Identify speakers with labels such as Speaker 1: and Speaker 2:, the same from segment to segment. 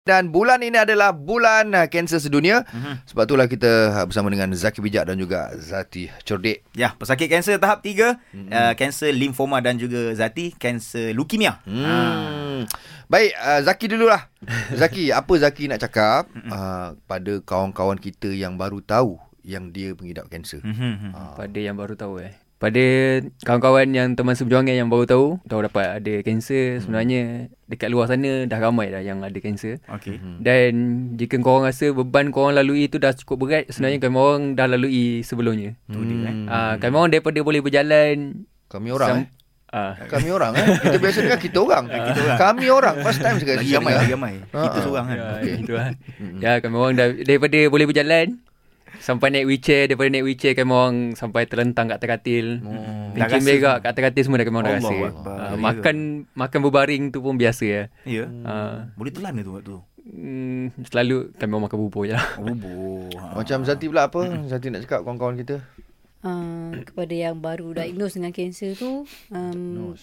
Speaker 1: Dan bulan ini adalah bulan ah, kanser sedunia.
Speaker 2: Mhm.
Speaker 1: Sebab itulah kita ah, bersama dengan Zaki Bijak dan juga Zati Cerdik.
Speaker 2: Ya, pesakit kanser tahap 3, mm-hmm. uh, kanser limfoma dan juga zati, kanser leukemia. Ah.
Speaker 1: Hmm. Baik, uh, Zaki dululah. Zaki, apa Zaki nak cakap
Speaker 2: Mhm.
Speaker 1: uh, pada kawan-kawan kita yang baru tahu yang dia pengidap kanser?
Speaker 2: Mhm.
Speaker 3: Ah. Pada yang baru tahu eh Pada kawan-kawan yang teman seperjuangan yang baru tahu Tahu dapat ada kanser Sebenarnya dekat luar sana dah ramai dah yang ada kanser
Speaker 2: Okey.
Speaker 3: Dan jika korang rasa beban korang lalui itu dah cukup berat Sebenarnya kami orang dah lalui sebelumnya
Speaker 2: Tu dia eh.
Speaker 3: Ah, Kami orang daripada boleh berjalan
Speaker 1: Kami orang eh?
Speaker 3: ah,
Speaker 1: Kami orang eh? Kita biasa dengar kita orang. Kami orang. First time sekali.
Speaker 2: Lagi
Speaker 1: saya
Speaker 2: ramai,
Speaker 1: dengar.
Speaker 2: lagi ramai. Kita
Speaker 1: Ah,
Speaker 2: seorang kan.
Speaker 3: Ya,
Speaker 1: Okey.
Speaker 3: gitu lah. ya, kami orang dah, daripada boleh berjalan sampai naik wheelchair, daripada naik wheelchair kami orang sampai terlentang kat atas katil.
Speaker 1: Oh.
Speaker 2: Dah
Speaker 3: Kencing
Speaker 2: rasa
Speaker 3: berak kat atas katil Mm. semua dah kami orang dah
Speaker 2: Allah
Speaker 3: rasa.
Speaker 2: Akbar.
Speaker 3: Ah, makan makan berbaring tu pun biasa ya.
Speaker 2: Ya.
Speaker 3: Ah,
Speaker 2: Boleh telan ke tu waktu tu?
Speaker 3: Hmm, selalu kami orang makan bubur je lah.
Speaker 2: Ubur. Ha.
Speaker 1: Macam Zati pula apa? Zati nak cakap kawan-kawan kita?
Speaker 4: uh, kepada yang baru diagnose dengan kanser tu um,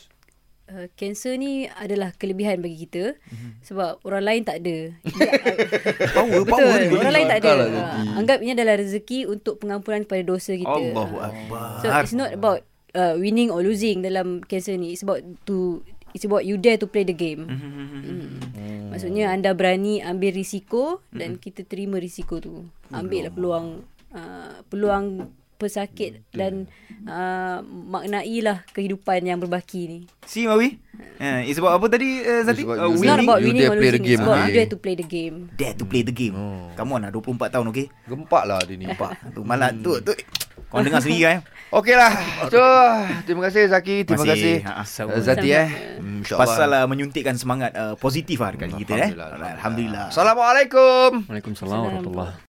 Speaker 4: uh, kanser ni adalah kelebihan bagi kita
Speaker 2: Mhm.
Speaker 4: sebab orang lain tak ada Dia, uh,
Speaker 2: Power, power
Speaker 4: betul
Speaker 2: ni boleh.
Speaker 4: orang lain tak ada
Speaker 1: Akal lah
Speaker 4: uh,
Speaker 1: rezeki.
Speaker 4: anggap ini adalah rezeki untuk pengampunan kepada dosa kita
Speaker 2: Allahu
Speaker 4: Ah.
Speaker 2: Akbar.
Speaker 4: so it's not about uh, winning or losing dalam kanser ni it's about to it's about you dare to play the game
Speaker 2: hmm,
Speaker 4: Hmm. Maksudnya anda berani ambil risiko dan kita terima risiko tu. Ambillah peluang uh, peluang pesakit dan uh, maknailah kehidupan yang berbaki ni.
Speaker 2: Si Mawi. Uh, it's about apa tadi uh, Zati?
Speaker 1: It's about
Speaker 2: Uh,
Speaker 1: you.
Speaker 4: It's not
Speaker 2: winning.
Speaker 4: about
Speaker 1: You
Speaker 4: winning
Speaker 1: dare
Speaker 4: or
Speaker 1: play the
Speaker 4: losing.
Speaker 1: game, eh?
Speaker 4: It's about you
Speaker 1: okay.
Speaker 4: dare to play the game.
Speaker 2: Dare to play the game. Come on lah 24 tahun okey.
Speaker 1: Gempak lah dia ni.
Speaker 2: Nampak. Tu malah tu tu. Kau dengar sendiri kan?
Speaker 1: Okeylah. So, terima kasih Zaki. Terima
Speaker 2: Masih.
Speaker 1: kasih.
Speaker 2: Ha, ha.
Speaker 1: Uh, Zati eh. Hmm, InsyaAllah.
Speaker 2: Pasal lah menyuntikkan semangat uh, positif lah dekat kita eh.
Speaker 1: Alhamdulillah.
Speaker 2: Alhamdulillah.
Speaker 1: Assalamualaikum.
Speaker 3: Waalaikumsalam warahmatullahi